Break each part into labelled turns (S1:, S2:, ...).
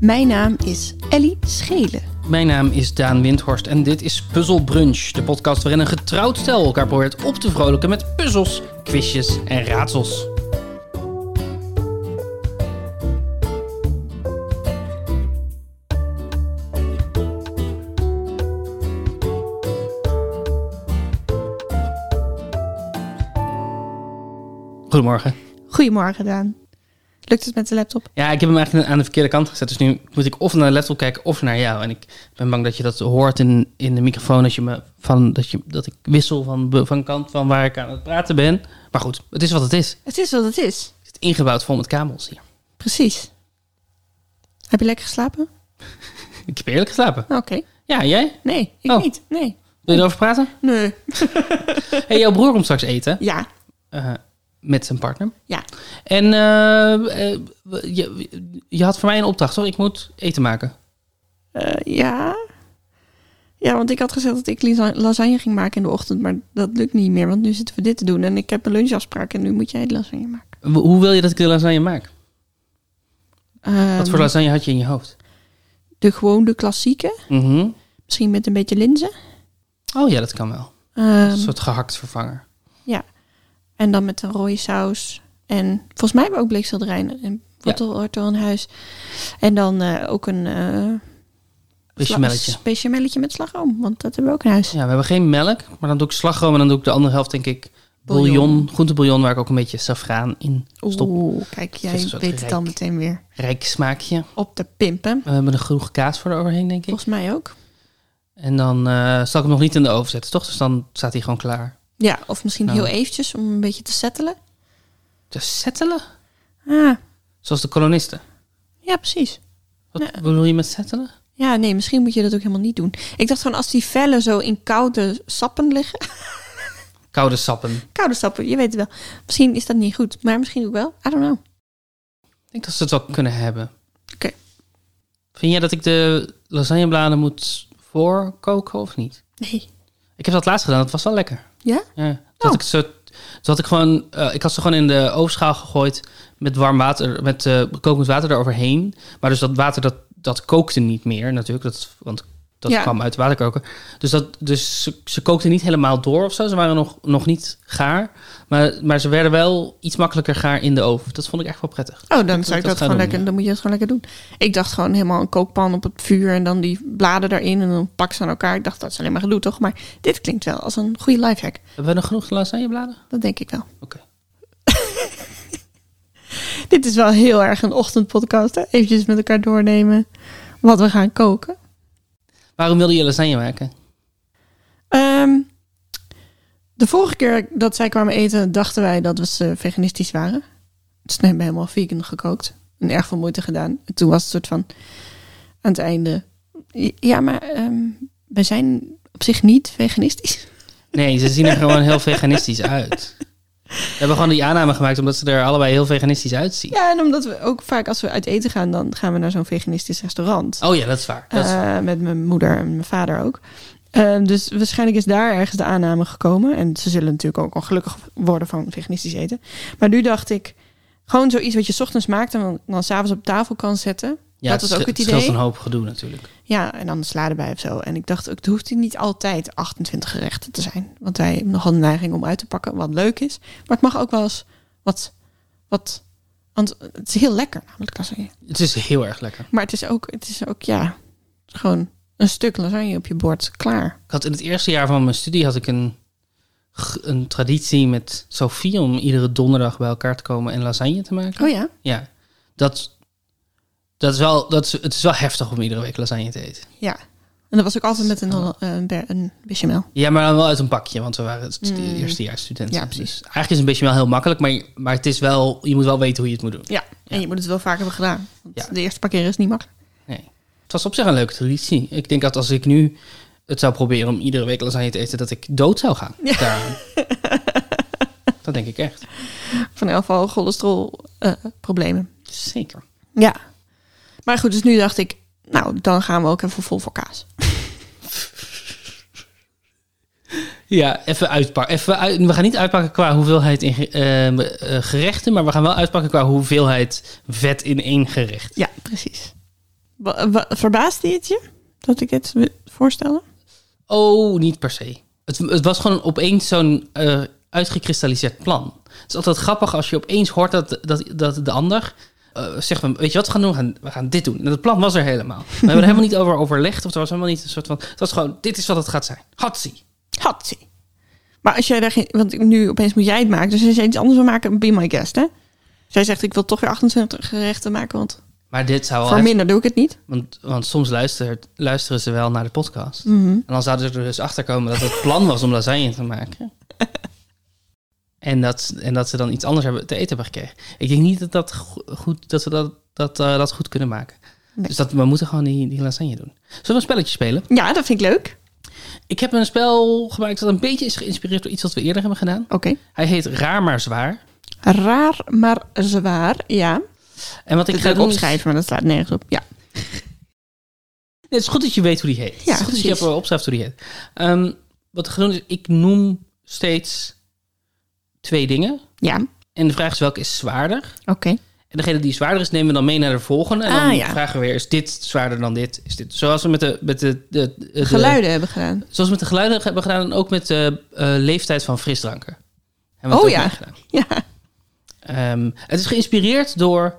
S1: Mijn naam is Ellie Schelen.
S2: Mijn naam is Daan Windhorst en dit is Puzzle Brunch, de podcast waarin een getrouwd stel elkaar probeert op te vrolijken met puzzels, quizjes en raadsels. Goedemorgen.
S1: Goedemorgen, Daan. Lukt het met de laptop?
S2: Ja, ik heb hem eigenlijk aan de verkeerde kant gezet. Dus nu moet ik of naar de laptop kijken of naar jou. En ik ben bang dat je dat hoort in, in de microfoon. Dat, je me van, dat, je, dat ik wissel van, be- van kant van waar ik aan het praten ben. Maar goed, het is wat het is.
S1: Het is wat het is.
S2: Het is ingebouwd vol met kabels hier.
S1: Precies. Heb je lekker geslapen?
S2: Ik heb eerlijk geslapen.
S1: Oké.
S2: Ja, en jij?
S1: Nee, ik
S2: Oh.
S1: niet. Nee.
S2: Wil je erover praten?
S1: Nee.
S2: hey, jouw broer komt straks eten.
S1: Ja.
S2: eh, met zijn partner.
S1: Ja.
S2: En eh, eh, je, je had voor mij een opdracht, hoor. Ik moet eten maken.
S1: Eh, ja. Ja, want ik had gezegd dat ik lisa- lasagne ging maken in de ochtend. Maar dat lukt niet meer, want nu zitten we dit te doen. En ik heb een lunchafspraak en nu moet jij de lasagne maken.
S2: W- Hoe wil je dat ik de lasagne maak? Wat voor
S1: Ehm,
S2: lasagne had je in je hoofd?
S1: De gewoon de klassieke.
S2: Mhm.
S1: Misschien met een beetje linzen.
S2: Oh ja, dat kan wel.
S1: Ehm,
S2: Een soort gehakt vervanger.
S1: Ja. En dan met een rode saus. En volgens mij hebben we ook bleekselderijn en wortel in huis. En dan eh, ook een eh,
S2: Bechamelletje.
S1: sla- bechamelletje met slagroom, want dat hebben we ook in huis.
S2: Ja, we hebben geen melk, maar dan doe ik slagroom en dan doe ik de andere helft, denk ik, bouillon,
S1: Bouillon.
S2: groentebouillon, waar ik ook een beetje safraan in stop.
S1: Oeh, kijk, jij
S2: is een
S1: weet
S2: soort
S1: het dan
S2: rijk.
S1: meteen weer.
S2: Rijk smaakje.
S1: Op de pimpen,
S2: We hebben er genoeg kaas voor eroverheen, denk ik.
S1: volgens mij ook.
S2: En dan eh, zal ik hem nog niet in de oven zetten, toch? Dus dan staat hij gewoon klaar.
S1: Ja, of misschien
S2: Nou.
S1: heel eventjes om een beetje te settelen.
S2: Te settelen?
S1: Ah,
S2: Zoals de kolonisten.
S1: ja, precies.
S2: Wat
S1: Ja.
S2: bedoel je met settelen?
S1: Ja, nee, misschien moet je dat ook helemaal niet doen. Ik dacht gewoon als die vellen zo in koude sappen liggen.
S2: Koude sappen. Ik
S1: Koude sappen, je weet het wel. Misschien is dat niet goed, maar misschien ook wel. I don't know.
S2: denk dat ze het wel kunnen hebben.
S1: Oké.
S2: Vind jij dat ik de lasagnebladen moet voorkoken of niet?
S1: Nee.
S2: Ik heb dat laatst gedaan, dat was wel lekker.
S1: Ja?
S2: Ja. Dat
S1: Oh.
S2: ik zo, dat ik gewoon, eh, ik had ze gewoon in de ovenschaal gegooid met warm water, met eh, kokend water eroverheen. Maar dus dat water, dat, dat kookte niet meer natuurlijk, dat, want dat
S1: Ja.
S2: kwam uit de waterkoker. Dus, dat, dus ze, ze kookten niet helemaal door of zo, ze waren nog, nog niet gaar. Maar, maar ze werden wel iets makkelijker gaar in de oven. Dat vond ik echt wel prettig.
S1: Oh, dan zou ik dat
S2: dat gaan
S1: gewoon
S2: doen,
S1: lekker,
S2: ja.
S1: dan moet je dat gewoon lekker doen. Ik dacht gewoon helemaal een kookpan op het vuur en dan die bladen daarin en dan pak ze aan elkaar. Ik dacht dat is alleen maar gedoe toch, maar dit klinkt wel als een goede lifehack.
S2: Hebben we nog genoeg lasagnebladen?
S1: Dat denk ik wel.
S2: Oké.
S1: Dit is wel heel erg een ochtendpodcast, hè? Eventjes met elkaar doornemen wat we gaan koken.
S2: Waarom wilde je lasagne maken?
S1: Ehm, de vorige keer dat zij kwamen eten, dachten wij dat we ze veganistisch waren. Dus toen hebben we helemaal vegan gekookt. En erg veel moeite gedaan. En toen was het soort van aan het einde. Ja, maar ehm, we zijn op zich niet veganistisch.
S2: Nee, ze zien er gewoon heel veganistisch uit. We hebben gewoon die aanname gemaakt omdat ze er allebei heel veganistisch uitzien.
S1: Ja, en omdat we ook vaak als we uit eten gaan, dan gaan we naar zo'n veganistisch restaurant.
S2: Oh ja, dat is waar. Dat is-
S1: Eh, met mijn moeder en mijn vader ook. Eh, dus waarschijnlijk is daar ergens de aanname gekomen. En ze zullen natuurlijk ook ongelukkig worden van veganistisch eten. Maar nu dacht ik, gewoon zoiets wat je 's ochtends maakt en dan- dan s'avonds op tafel kan zetten.
S2: ja,
S1: dat was ook
S2: sche-
S1: het
S2: scheelt
S1: idee.
S2: een hoop gedoe natuurlijk.
S1: Ja, en dan sla erbij of zo. En ik dacht, ook, het hoeft niet altijd 28 gerechten te zijn. Want wij hebben nogal de neiging om uit te pakken wat leuk is. Maar het mag ook wel eens wat... wat want het is heel lekker namelijk lasagne.
S2: Het is heel erg lekker.
S1: Maar het is ook, het is ook ja, gewoon een stuk lasagne op je bord. Klaar.
S2: Ik had in het eerste jaar van mijn studie had ik een, g- een traditie met Sophie om iedere donderdag bij elkaar te komen en lasagne te maken.
S1: Oh ja?
S2: Ja, dat, dat is wel, dat is, het is wel heftig om iedere week lasagne te eten.
S1: Ja. En dat was ook altijd met een, eh, een, ber- een bechamel.
S2: Ja, maar dan wel uit een pakje, want we waren stu-
S1: Mm.
S2: eerstejaarsstudenten.
S1: Ja, precies.
S2: Dus eigenlijk is een beetje wel heel makkelijk, maar, maar het is wel, je moet wel weten hoe je het moet doen.
S1: Ja. En je moet het wel vaak hebben gedaan. Want
S2: Ja.
S1: de eerste paar keer is niet makkelijk.
S2: Nee. Het was op zich een leuke traditie. Ik denk dat als ik nu het zou proberen om iedere week lasagne te eten, dat ik dood zou gaan.
S1: Ja.
S2: daaraan. dat denk ik echt.
S1: Van elk geval cholesterol eh, problemen.
S2: Zeker.
S1: Ja. Maar goed, dus nu dacht ik, nou, dan gaan we ook even vol voor kaas.
S2: Ja, even uitpakken. Even uit- we gaan niet uitpakken qua hoeveelheid in ge- ehm, eh, gerechten, maar we gaan wel uitpakken qua hoeveelheid vet in één gerecht.
S1: Ja, precies. Wa- wa- Verbaasde het je dat ik dit wi- voorstelde?
S2: Oh, niet per se. Het, het was gewoon opeens zo'n eh, uitgekristalliseerd plan. Het is altijd grappig als je opeens hoort dat, dat, dat de ander eh, zegt: van, Weet je wat we gaan doen? We gaan, we gaan dit doen. En het plan was er helemaal. We hebben er helemaal niet over overlegd. Of er was helemaal niet een soort van. Het was gewoon: Dit is wat het gaat zijn. Hatsie.
S1: Hatsie. Maar als jij daar geen... Want nu opeens moet jij het maken. Dus als jij iets anders wil maken, be my guest, hè? Zij zegt, ik wil toch weer 28 gerechten maken, want
S2: Maar dit zou wel.
S1: voor minder doe ik het niet.
S2: hef- Want, want soms luistert, luisteren ze wel naar de podcast.
S1: Mhm.
S2: En dan zouden ze er dus achter komen dat het plan was om lasagne te maken. En dat, en dat ze dan iets anders hebben te eten hebben gekregen. Ik denk niet dat, dat, go- goed, dat ze dat, dat, eh, dat goed kunnen maken.
S1: Nee.
S2: Dus dat, we moeten gewoon die, die lasagne doen. Zullen we een spelletje spelen?
S1: Ja, dat vind ik leuk.
S2: Ik heb een spel gemaakt dat een beetje is geïnspireerd door iets wat we eerder hebben gedaan.
S1: Oké.
S2: Hij heet Raar maar Zwaar.
S1: Raar, maar zwaar. Ja.
S2: En wat ik
S1: Ik
S2: ga
S1: ga het
S2: doen is-
S1: opschrijven, maar dat slaat nergens op. Ja.
S2: Nee, het is goed dat je weet hoe die heet. het is goed dat je
S1: precies.
S2: hebt opschrijft hoe die heet. Ehm, wat ik ga doen is, ik noem steeds twee dingen.
S1: Ja. Oké.
S2: En de vraag is welke is zwaarder? En degene die zwaarder is, nemen we dan mee naar de volgende. En
S1: Ah,
S2: dan
S1: ja.
S2: vragen we weer, is dit zwaarder dan dit? Is dit zoals we met de, met de, de, de-
S1: Geluiden hebben gedaan.
S2: zoals we met de geluiden hebben gedaan en ook met de eh, leeftijd van frisdranken. Hebben we
S1: Oh
S2: het ook
S1: ja.
S2: mee gedaan.
S1: Ja.
S2: Ehm, het is geïnspireerd door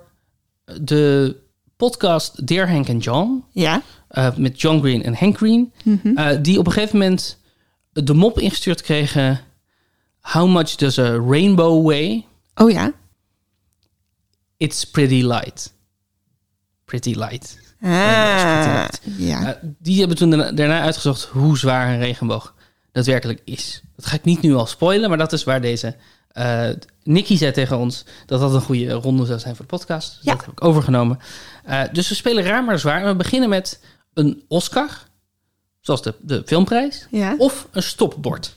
S2: de podcast Dear Hank en John.
S1: Ja.
S2: eh, met John Green en Hank Green.
S1: Mhm.
S2: eh, die op een gegeven moment de mop ingestuurd kregen... How much does a rainbow weigh?
S1: Oh ja.
S2: It's pretty light. Pretty light.
S1: Ah. Ja.
S2: Eh, die hebben toen daarna- daarna uitgezocht hoe zwaar een regenboog daadwerkelijk is. Dat ga ik niet nu al spoilen, maar dat is waar deze... eh Nicky zei tegen ons dat dat een goede ronde zou zijn voor de podcast. Dus
S1: Ja.
S2: Dat heb ik overgenomen. Eh, dus we spelen raar maar zwaar. En we beginnen met een Oscar, zoals de, de filmprijs,
S1: Ja.
S2: of een stopbord.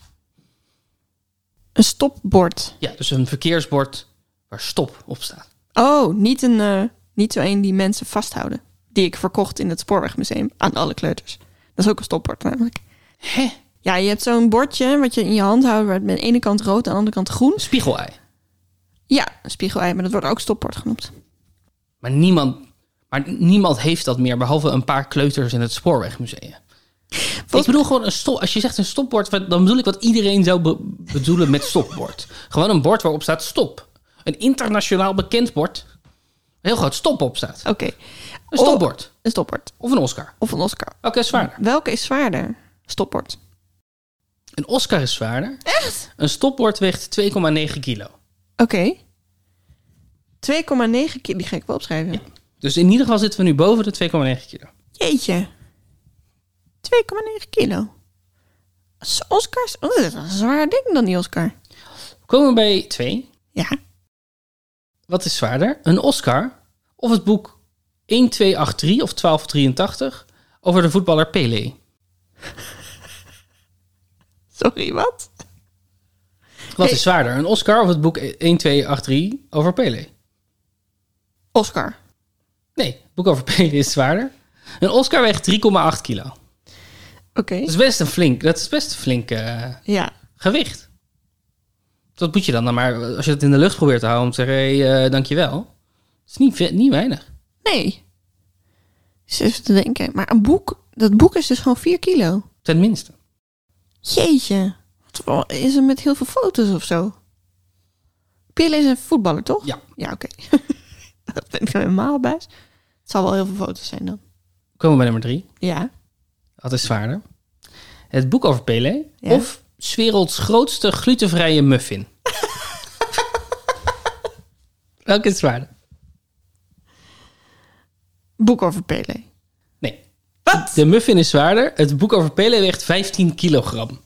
S1: Een stopbord.
S2: Ja, dus een verkeersbord waar stop op staat.
S1: Oh, niet, een, eh, niet zo een die mensen vasthouden. Die ik verkocht in het Spoorwegmuseum aan alle kleuters. Dat is ook een stopbord namelijk.
S2: Hè?
S1: Ja, je hebt zo'n bordje wat je in je hand houdt... waar het met de ene kant rood en aan de andere kant groen.
S2: Een spiegelei.
S1: Ja, een spiegelei, maar dat wordt ook stopbord genoemd.
S2: Maar niemand, maar niemand heeft dat meer, behalve een paar kleuters in het spoorwegmuseum. Ik bedoel gewoon een stop. Als je zegt een stopbord, wat- dan bedoel ik wat iedereen zou be- bedoelen met stopbord. Gewoon een bord waarop staat stop. Een internationaal bekend bord. waar Heel groot stop op staat.
S1: Oké.
S2: Een stopbord.
S1: Een stopbord.
S2: Of een Oscar.
S1: Of een Oscar.
S2: Welke is zwaarder?
S1: Welke is zwaarder? Stopbord.
S2: Een Oscar is zwaarder. Echt? Een stopbord weegt 2,9 kilo.
S1: Oké. 2,9 kilo. Die ga ik wel opschrijven.
S2: Dus in ieder geval zitten we nu boven de 2,9 kilo.
S1: Jeetje. 2,9 kilo. Als Oscars. Oh, dat is een zwaar ding dan die Oscar.
S2: We komen bij 2.
S1: Ja.
S2: Wat is zwaarder? Een Oscar of het boek 1283 of 1283 over de voetballer Pelé?
S1: Sorry, wat?
S2: Wat
S1: Hey.
S2: is zwaarder? Een Oscar of het boek 1283 over Pelé?
S1: Oscar.
S2: Nee, het boek over Pelé is zwaarder. Een Oscar weegt 3,8 kilo.
S1: Oké.
S2: Dat is best een flink, dat is best een flink eh,
S1: Ja.
S2: gewicht. Dat moet je dan, dan maar als je het in de lucht probeert te houden om te zeggen, hey, eh, dankjewel. Dat is niet, ve- niet weinig.
S1: Nee. Dus even te denken. Maar een boek. Dat boek is dus gewoon 4 kilo.
S2: Tenminste.
S1: Jeetje. Wat is er met heel veel foto's of zo? Pille is een voetballer, toch?
S2: Ja.
S1: Ja, oké. dat ben ik helemaal baas. Het zal wel heel veel foto's zijn dan.
S2: Komen we bij nummer 3.
S1: Ja.
S2: Wat is zwaarder? Het boek over Pelé
S1: Ja.
S2: of 's werelds grootste glutenvrije muffin? Welke is zwaarder?
S1: Boek over Pele.
S2: Nee.
S1: Wat?
S2: De muffin is zwaarder. Het boek over Pelé weegt 15 kilogram.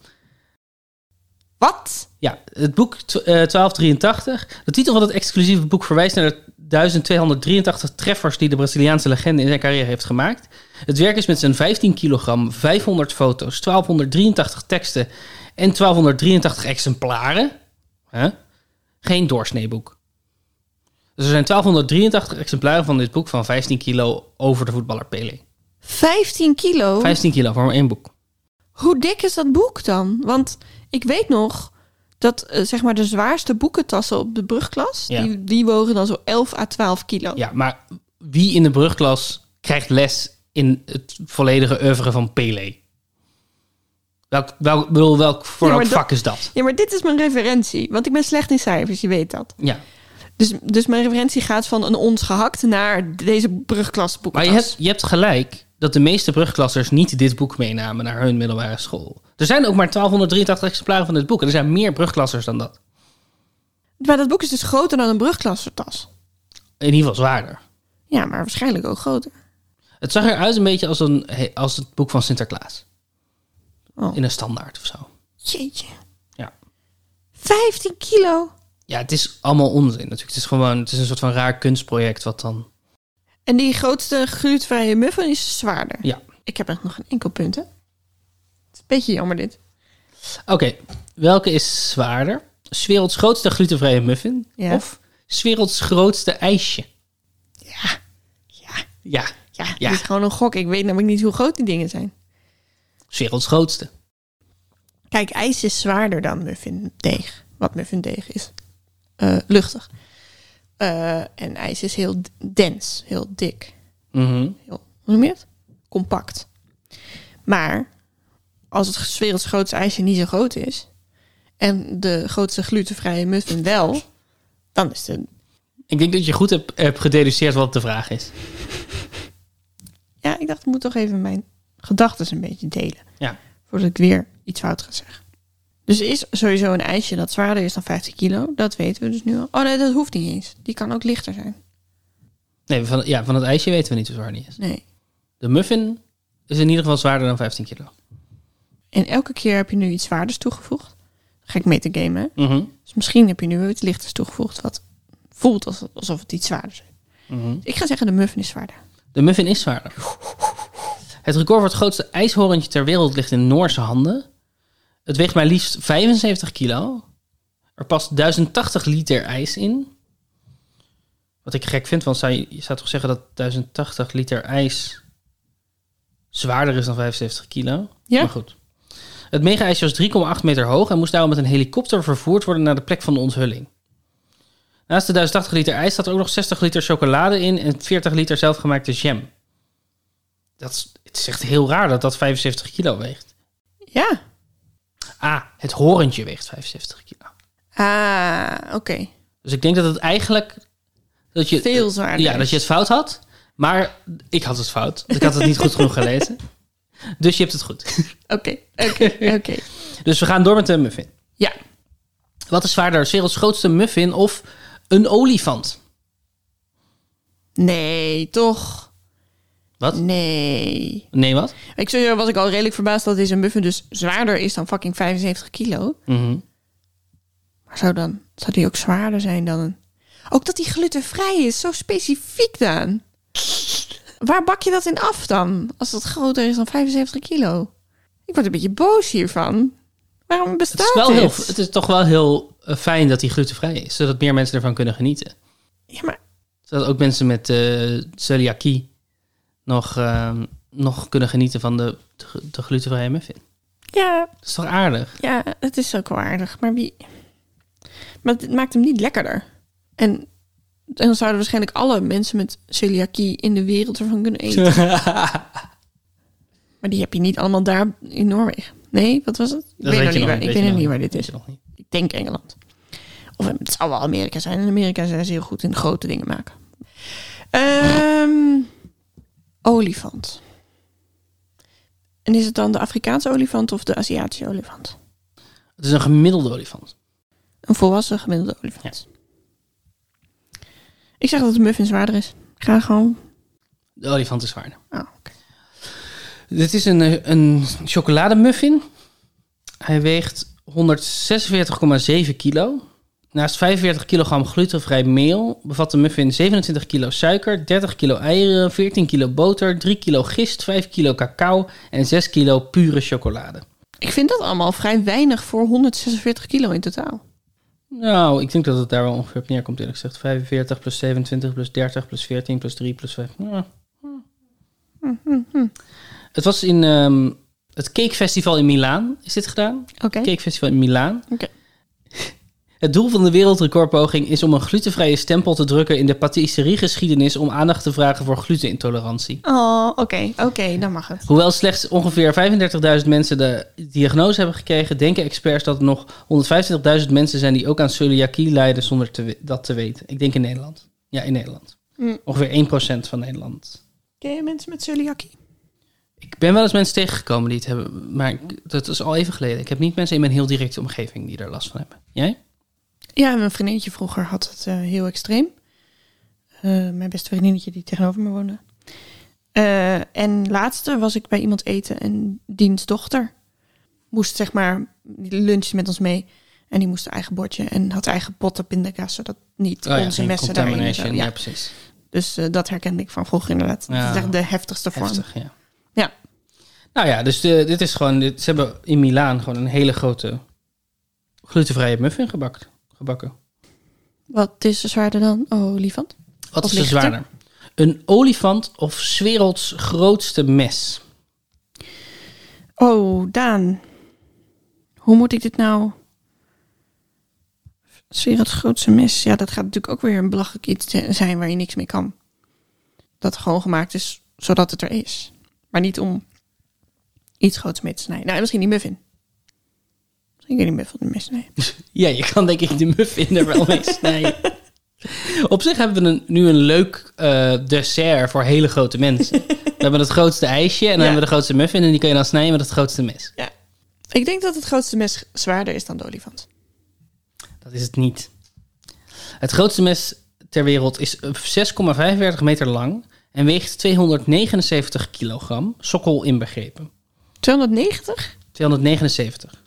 S1: Wat?
S2: Ja, het boek tw- eh, 1283. De titel van het exclusieve boek verwijst naar de 1283 treffers die de Braziliaanse legende in zijn carrière heeft gemaakt. Het werk is met zijn 15 kilogram, 500 foto's, 1283 teksten en 1283 exemplaren. Hè? Geen doorsneeboek. Dus er zijn 1283 exemplaren van dit boek van 15 kilo over de voetballer Pelé.
S1: 15 kilo?
S2: 15 kilo voor maar één boek.
S1: Hoe dik is dat boek dan? Want ik weet nog dat eh, zeg maar de zwaarste boekentassen op de brugklas...
S2: Ja.
S1: Die, die wogen dan zo 11 à 12 kilo.
S2: Ja, maar wie in de brugklas krijgt les in het volledige oeuvre van Pele? Welk, welk, bedoel, welk, voor
S1: Ja, maar
S2: welk
S1: dat-
S2: vak is dat?
S1: Ja, maar dit is mijn referentie. Want ik ben slecht in cijfers, je weet dat.
S2: Ja.
S1: Dus, dus mijn referentie gaat van een ons gehakt naar deze brugklasboeken.
S2: Maar je hebt, je hebt gelijk dat de meeste brugklassers niet dit boek meenamen naar hun middelbare school. Er zijn ook maar 1283 exemplaren van dit boek. En er zijn meer brugklassers dan dat.
S1: Maar dat boek is dus groter dan een brugklassertas.
S2: In ieder geval zwaarder.
S1: Ja, maar waarschijnlijk ook groter.
S2: Het zag eruit een beetje als, een, als het boek van Sinterklaas.
S1: Oh.
S2: In een standaard of zo.
S1: Jeetje.
S2: Ja.
S1: 15 kilo.
S2: ja, het is allemaal onzin natuurlijk. Het is gewoon het is een soort van raar kunstproject wat dan...
S1: En die grootste glutenvrije muffin is zwaarder.
S2: Ja.
S1: Ik heb echt nog een enkel punt, hè? Het is een beetje jammer dit.
S2: Oké, welke is zwaarder? 's werelds grootste glutenvrije muffin
S1: Ja.
S2: of 's werelds grootste ijsje?
S1: Ja. Ja.
S2: Ja,
S1: Ja, het
S2: Ja.
S1: is gewoon een gok. Ik weet namelijk niet hoe groot die dingen zijn.
S2: 's werelds grootste.
S1: Kijk, ijs is zwaarder dan muffindeeg. Wat muffindeeg is eh, luchtig. Eh, en ijs is heel d- dens, heel dik.
S2: Mhm.
S1: Heel, hoe noem je het? Compact. Maar als het s werelds grootste ijsje niet zo groot is... en de grootste glutenvrije muffin wel... dan is de...
S2: Ik denk dat je goed hebt, hebt gededuceerd wat de vraag is.
S1: Ja, ik dacht, ik moet toch even mijn gedachten een beetje delen...
S2: Ja.
S1: voordat ik weer iets fout ga zeggen. Dus er is sowieso een ijsje dat zwaarder is dan 50 kilo. Dat weten we dus nu al. Oh nee, dat hoeft niet eens. Die kan ook lichter zijn.
S2: Nee, van, ja, van het ijsje weten we niet hoe zwaar die is.
S1: Nee.
S2: De muffin is in ieder geval zwaarder dan 15 kilo.
S1: En elke keer heb je nu iets zwaarders toegevoegd. Dan ga ik mee te gamen. hè?
S2: Mhm.
S1: Dus misschien heb je nu weer iets lichters toegevoegd. Wat voelt als- alsof het iets zwaarder is.
S2: Mhm.
S1: Ik ga zeggen, de muffin is zwaarder.
S2: De muffin is zwaarder. Het record voor het grootste ijshorentje ter wereld ligt in Noorse handen. Het weegt maar liefst 75 kilo. Er past 1080 liter ijs in. Wat ik gek vind, want zou je, je zou toch zeggen dat 1080 liter ijs zwaarder is dan 75 kilo?
S1: Ja.
S2: Maar goed. Het mega-ijsje was 3,8 meter hoog en moest daarom met een helikopter vervoerd worden naar de plek van de onthulling. Naast de 1080 liter ijs staat er ook nog 60 liter chocolade in en 40 liter zelfgemaakte jam. Dat is, het is echt heel raar dat dat 75 kilo weegt.
S1: Ja.
S2: Ah, het horentje weegt 75 kilo.
S1: Ah, oké.
S2: Dus ik denk dat het eigenlijk... Dat je,
S1: Veel zwaarder
S2: Ja,
S1: is.
S2: dat je het fout had. Maar ik had het fout. Ik had het niet goed genoeg gelezen. Dus je hebt het goed.
S1: Oké, oké, oké.
S2: Dus we gaan door met de muffin.
S1: Ja.
S2: Wat is zwaarder, 's werelds grootste muffin of een olifant?
S1: Nee, toch?
S2: Wat?
S1: Nee.
S2: Nee, wat?
S1: Ik sowieso was ik al redelijk verbaasd dat deze muffin dus zwaarder is dan fucking 75 kilo.
S2: Mhm.
S1: Maar zou dan, zou die ook zwaarder zijn dan een... Ook dat die glutenvrij is, zo specifiek dan. Waar bak je dat in af dan, als dat groter is dan 75 kilo? Ik word een beetje boos hiervan. Waarom
S2: Het is,
S1: bestaat
S2: wel heel,
S1: dit?
S2: het is toch wel heel eh, fijn dat die glutenvrij is, zodat meer mensen ervan kunnen genieten.
S1: Ja, maar
S2: Zodat ook mensen met eh celiakie nog, ehm, nog kunnen genieten van de, de glutenvrije muffin.
S1: ja,
S2: Dat is toch aardig?
S1: ja, het is ook wel aardig. Maar wie... Maar het maakt hem niet lekkerder. En, en dan zouden waarschijnlijk alle mensen met celiakie in de wereld ervan kunnen eten. Maar die heb je niet allemaal daar in Noorwegen. Nee, wat was het? Ik
S2: Dat
S1: weet nog
S2: je
S1: niet waar, ik
S2: nog weet
S1: weet
S2: je
S1: nog niet
S2: nog
S1: waar dit
S2: Weet
S1: is.
S2: je nog niet.
S1: Ik denk Engeland. Of het zou wel Amerika zijn. In Amerika zijn ze heel goed in grote dingen maken. Ehm, olifant. En is het dan de Afrikaanse olifant of de Aziatische olifant?
S2: Het is een gemiddelde olifant.
S1: Een volwassen gemiddelde olifant. Ik zeg dat de muffin zwaarder is. Ik ga gewoon...
S2: De olifant is zwaarder.
S1: Oh, oké.
S2: Dit is een, eh, een chocolademuffin. Hij weegt 146,7 kilo. Naast 45 kilogram glutenvrij meel bevat de muffin 27 kilo suiker, 30 kilo eieren, 14 kilo boter, 3 kilo gist, 5 kilo cacao en 6 kilo pure chocolade.
S1: Ik vind dat allemaal vrij weinig voor 146 kilo in totaal.
S2: Nou, ik denk dat het daar wel ongeveer op neerkomt eerlijk gezegd. 45 plus 27 plus 30 plus 14 plus 3 plus 5. Ja. Het was in ehm, het Cake Festival in Milaan. Is dit gedaan?
S1: Oké.
S2: Cakefestival in Milaan.
S1: Oké.
S2: Het doel van de wereldrecordpoging is om een glutenvrije stempel te drukken in de patisseriegeschiedenis om aandacht te vragen voor glutenintolerantie.
S1: Oh, oké, oké, dan mag het.
S2: Hoewel slechts ongeveer 35.000 mensen de diagnose hebben gekregen, denken experts dat er nog 125.000 mensen zijn die ook aan celiakie lijden zonder te we- dat te weten. Ik denk in Nederland. Ja, in Nederland.
S1: Hm.
S2: Ongeveer 1% van Nederland.
S1: Ken je mensen met celiakie?
S2: Ik ben wel eens mensen tegengekomen die het hebben, maar ik- dat is al even geleden. Ik heb niet mensen in mijn heel directe omgeving die er last van hebben. Jij?
S1: Ja, mijn vriendinnetje vroeger had het eh, heel extreem. Eh, mijn beste vriendinnetje die tegenover me woonde. Eh, en laatste was ik bij iemand eten en diens dochter moest zeg maar lunchen met ons mee. En die moest haar eigen bordje en had eigen potten pindakaas, zodat niet onze
S2: Oh geen
S1: messen daarin. en zo.
S2: contamination.
S1: Ja.
S2: ja precies.
S1: Dus eh, dat herkende ik van vroeger inderdaad.
S2: Ja.
S1: Dat is echt de heftigste vorm.
S2: Heftig, ja.
S1: Ja.
S2: Nou ja, dus de- dit is gewoon... Dit, ze hebben in Milaan gewoon een hele grote glutenvrije muffin gebakt, gebakken.
S1: Wat is er zwaarder dan Oh, olifant?
S2: Wat
S1: Of
S2: is er
S1: lichter?
S2: zwaarder? Een olifant of 's werelds grootste mes?
S1: Oh, Daan. Hoe moet ik dit nou... Sfeer het grootste mes. Ja, dat gaat natuurlijk ook weer een belachelijk iets te- zijn waar je niks mee kan. Dat gewoon gemaakt is zodat het er is. Maar niet om iets groots mee te snijden. Nou, en misschien die muffin. Misschien kun je die muffin mee snijden.
S2: Ja, je kan denk ik de muffin er wel mee snijden. Op zich hebben we een, nu een leuk eh, dessert voor hele grote mensen. We hebben het grootste ijsje en dan
S1: Ja.
S2: hebben we de grootste muffin... en die kun je dan snijden met het grootste mes.
S1: Ik denk dat het grootste mes zwaarder is dan de olifant.
S2: Dat is het niet. Het grootste mes ter wereld is 6,45 meter lang en weegt 279 kilogram, sokkel inbegrepen.
S1: 290?
S2: 279.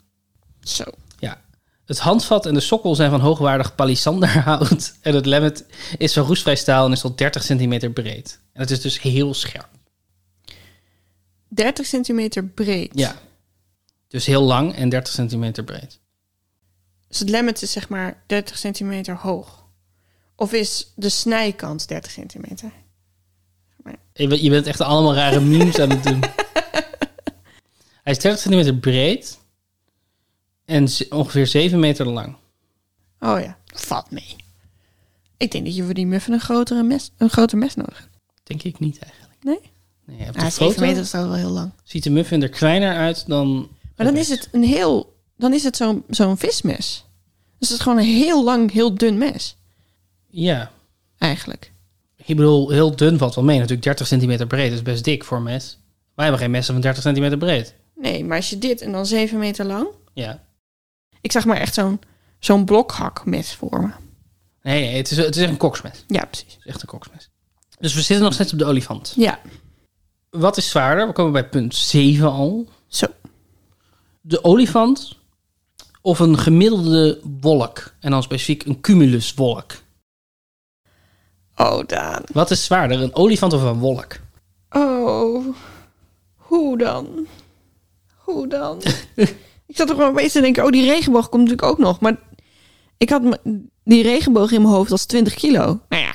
S1: Zo.
S2: Ja. Het handvat en de sokkel zijn van hoogwaardig palissanderhout en het lemmet is van roestvrij staal en is tot 30 centimeter breed. En het is dus heel scherp.
S1: 30 centimeter breed.
S2: Ja. Dus heel lang en 30 centimeter breed.
S1: Dus het lemmet is zeg maar 30 centimeter hoog. Of is de snijkant 30 centimeter?
S2: Je bent- je bent echt allemaal rare memes aan het doen. Hij is 30 centimeter breed en z- ongeveer 7 meter lang.
S1: Oh ja, valt mee. Ik denk dat je voor die muffin een, grotere mes, een groter mes nodig hebt.
S2: Denk ik niet eigenlijk.
S1: Nee?
S2: Nee, op de
S1: Ja, 7
S2: foto
S1: Ah, meter is trouwens wel heel lang.
S2: ziet de muffin er kleiner uit dan...
S1: Maar dan is het een heel... Dan is het zo'n zo'n vismes. Dus het is gewoon een heel lang, heel dun mes.
S2: Ja.
S1: Eigenlijk.
S2: Ik bedoel, heel dun valt wel mee. Natuurlijk 30 centimeter breed is best dik voor een mes. Wij hebben geen messen van 30 centimeter breed.
S1: Nee, maar als je dit en dan 7 meter lang...
S2: Ja.
S1: Ik zag maar echt zo'n zo'n blokhakmes voor me.
S2: Nee, nee, het is, het is echt een koksmes. Het
S1: Ja, precies.
S2: is echt een koksmes. Dus we zitten nog steeds op de olifant.
S1: Ja,
S2: Wat is zwaarder? We komen bij punt 7 al.
S1: zo.
S2: de olifant of een gemiddelde wolk. En dan specifiek een cumuluswolk.
S1: Oh, Daan.
S2: Wat is zwaarder, een olifant of een wolk?
S1: Oh, hoe dan? Hoe dan? ik zat er gewoon opeens te denken, oh, die regenboog komt natuurlijk ook nog. Maar ik had me- die regenboog in mijn hoofd als 20 kilo. Nou ja,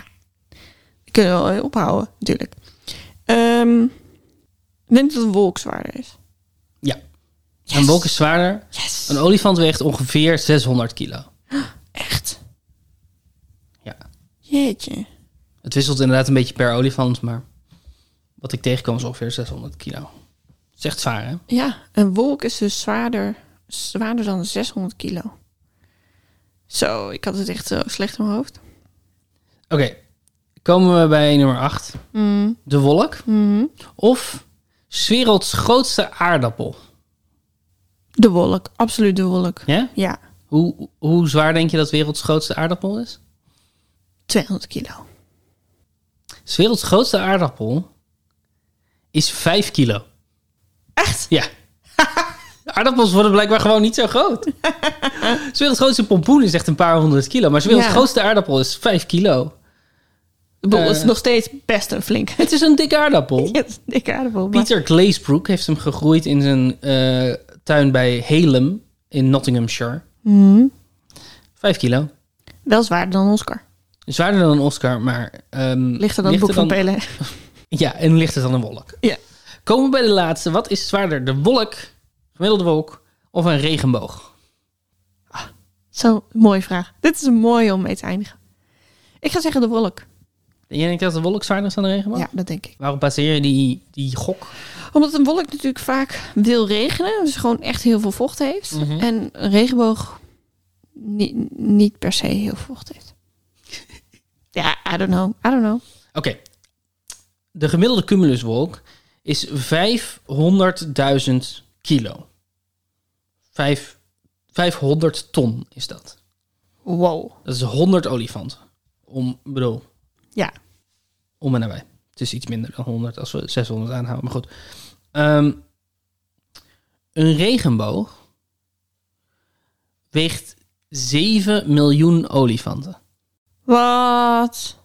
S1: ik kan wel eh, ophouden, natuurlijk. Ehm, ik denk dat een wolk zwaarder is.
S2: Ja.
S1: Yes.
S2: Een wolk is zwaarder.
S1: Yes,
S2: Een olifant weegt ongeveer 600 kilo.
S1: echt.
S2: Ja.
S1: Jeetje.
S2: Het wisselt inderdaad een beetje per olifant, maar wat ik tegenkwam is ongeveer 600 kilo. Het is echt zwaar, hè?
S1: Ja, een wolk is dus zwaarder, zwaarder dan 600 kilo. Zo, ik had het echt zo slecht in mijn hoofd.
S2: Oké, komen we bij nummer 8.
S1: Mm,
S2: De wolk
S1: mhm.
S2: of 's werelds grootste aardappel.
S1: De wolk, absoluut de wolk.
S2: Ja?
S1: Ja,
S2: Hoe, hoe zwaar denk je dat 's werelds grootste aardappel is?
S1: 200 kilo.
S2: 'S Dus werelds grootste aardappel is 5 kilo.
S1: Echt?
S2: Ja. Aardappels worden blijkbaar gewoon niet zo groot. 's werelds grootste pompoen is echt een paar honderd kilo. Maar 's werelds
S1: Ja.
S2: grootste aardappel is 5 kilo.
S1: Ik bedoel,
S2: Eh.
S1: het is nog steeds best een flink.
S2: Het is een dikke aardappel.
S1: Ja, het is een dikke aardappel. maar-
S2: Pieter Glazebrook heeft hem gegroeid in zijn eh, tuin bij Halem in Nottinghamshire.
S1: Mhm.
S2: Vijf kilo.
S1: Wel zwaarder dan Oscar.
S2: Zwaarder dan een Oscar, maar... ehm,
S1: Ligt er dan het boek van Pele?
S2: Ja, en lichter dan een wolk.
S1: Ja.
S2: Komen we bij de laatste. Wat is zwaarder, de wolk, gemiddelde wolk of een regenboog?
S1: Zo, mooie vraag. Dit is een mooie om mee te eindigen. Ik ga zeggen de wolk.
S2: En jij denkt dat de wolk zwaarder is dan de regenboog?
S1: Ja, dat denk ik.
S2: Waarop baseer je die, die gok?
S1: Omdat een wolk natuurlijk vaak wil regenen, dus gewoon echt heel veel vocht heeft.
S2: Mhm.
S1: En een regenboog ni- niet per se heel veel vocht heeft. ja, I don't know. I don't know.
S2: Oké. De gemiddelde cumuluswolk is 500.000 kilo. Vijf, 500 ton is dat.
S1: Wow.
S2: Dat is 100 olifanten. Om, ik bedoel,
S1: Ja.
S2: om en nabij. Het is iets minder dan 100 als we 600 aanhouden, maar goed. Ehm, een regenboog weegt 7 miljoen olifanten.
S1: Wat?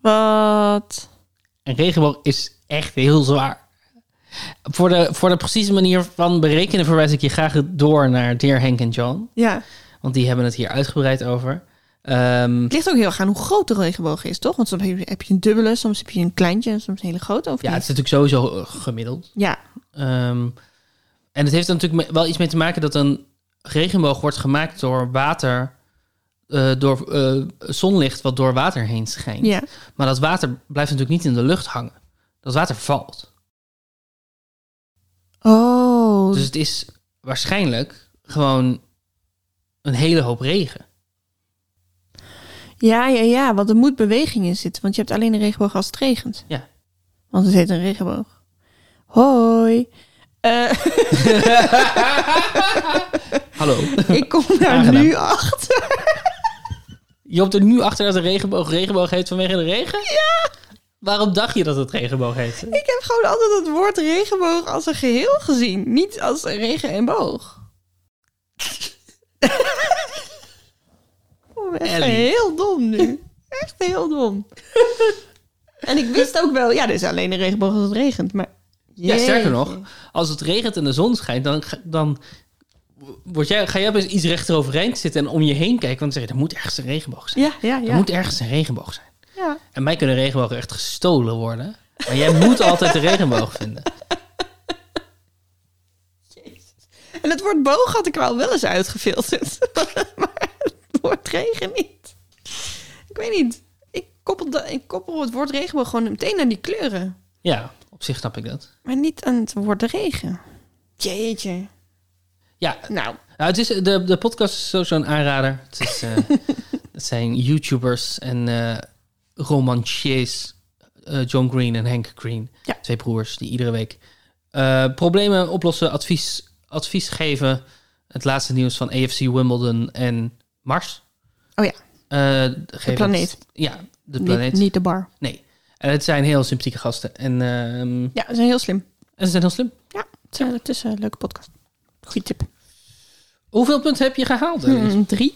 S1: Wat?
S2: Een regenboog is echt heel zwaar. Voor de, voor de precieze manier van berekenen verwijs ik je graag door naar Dear Henk en John.
S1: Ja. Het
S2: Want die hebben het hier uitgebreid over. Ehm,
S1: ligt ook heel erg aan hoe groot de regenboog is, toch? Want soms heb je- heb je een dubbele, soms heb je een kleintje en soms een hele grote. Of
S2: ja,
S1: niet?
S2: het is natuurlijk sowieso eh, gemiddeld.
S1: ja.
S2: Ehm, en het heeft er natuurlijk me- wel iets mee te maken dat een regenboog wordt gemaakt door water, eh, door eh, zonlicht wat door water heen schijnt.
S1: ja.
S2: Maar dat water blijft natuurlijk niet in de lucht hangen. Dat water valt.
S1: Oh.
S2: Dus het is waarschijnlijk gewoon een hele hoop regen.
S1: Ja, ja, ja, want er moet beweging in zitten. Want je hebt alleen een regenboog als het regent.
S2: Ja.
S1: Want het heet een regenboog. Hoi. Eh,
S2: Hallo.
S1: ik kom daar
S2: Aangenaam.
S1: nu achter.
S2: Je komt er nu achter dat een regenboog regenboog heet vanwege de regen? Ja. Waarom dacht je dat het regenboog heet?
S1: Ik heb gewoon altijd het woord regenboog als een geheel gezien. Niet als een regen en boog. Ik ben Oh, echt
S2: Ellie.
S1: heel dom nu. Echt heel dom. en ik wist ook wel, ja, er is alleen een regenboog als het regent. Maar
S2: Ja, sterker nog,
S1: Jeetje.
S2: als het regent en de zon schijnt, dan, ga- dan word jij, ga jij opeens iets rechter overeind zitten en om je heen kijken. Want dan zeg je, er moet ergens een regenboog zijn.
S1: Ja, ja,
S2: Er
S1: ja.
S2: moet ergens een regenboog zijn.
S1: ja.
S2: En mij kunnen regenbogen echt gestolen worden. Maar jij moet altijd de regenboog vinden.
S1: En het woord boog had ik er al wel eens uitgefilterd. maar het woord regen niet. Ik weet niet. Ik koppel, de- ik koppel het woord regenboog gewoon meteen aan die kleuren.
S2: Ja, op zich snap ik dat.
S1: Maar niet aan het woord regen. Jeetje.
S2: Ja,
S1: Nou,
S2: nou, het is, de, de podcast is sowieso een aanrader. Het, is, eh, het zijn YouTubers en eh romanciers. eh, John Green en Hank Green.
S1: Ja.
S2: Twee broers die iedere week eh, problemen oplossen, advies, advies geven. Het laatste nieuws van AFC Wimbledon en Mars.
S1: Oh ja.
S2: Eh, geven
S1: planeet.
S2: het- ja, de planeet.
S1: niet, niet de bar.
S2: Nee. En het zijn heel sympathieke gasten. En, ehm,
S1: Ja, ze zijn heel slim.
S2: en ze zijn heel slim.
S1: Ja, het is, eh, het is een leuke podcast. Goeie tip.
S2: Hoeveel punten heb je gehaald? Elise?
S1: Hmm, drie.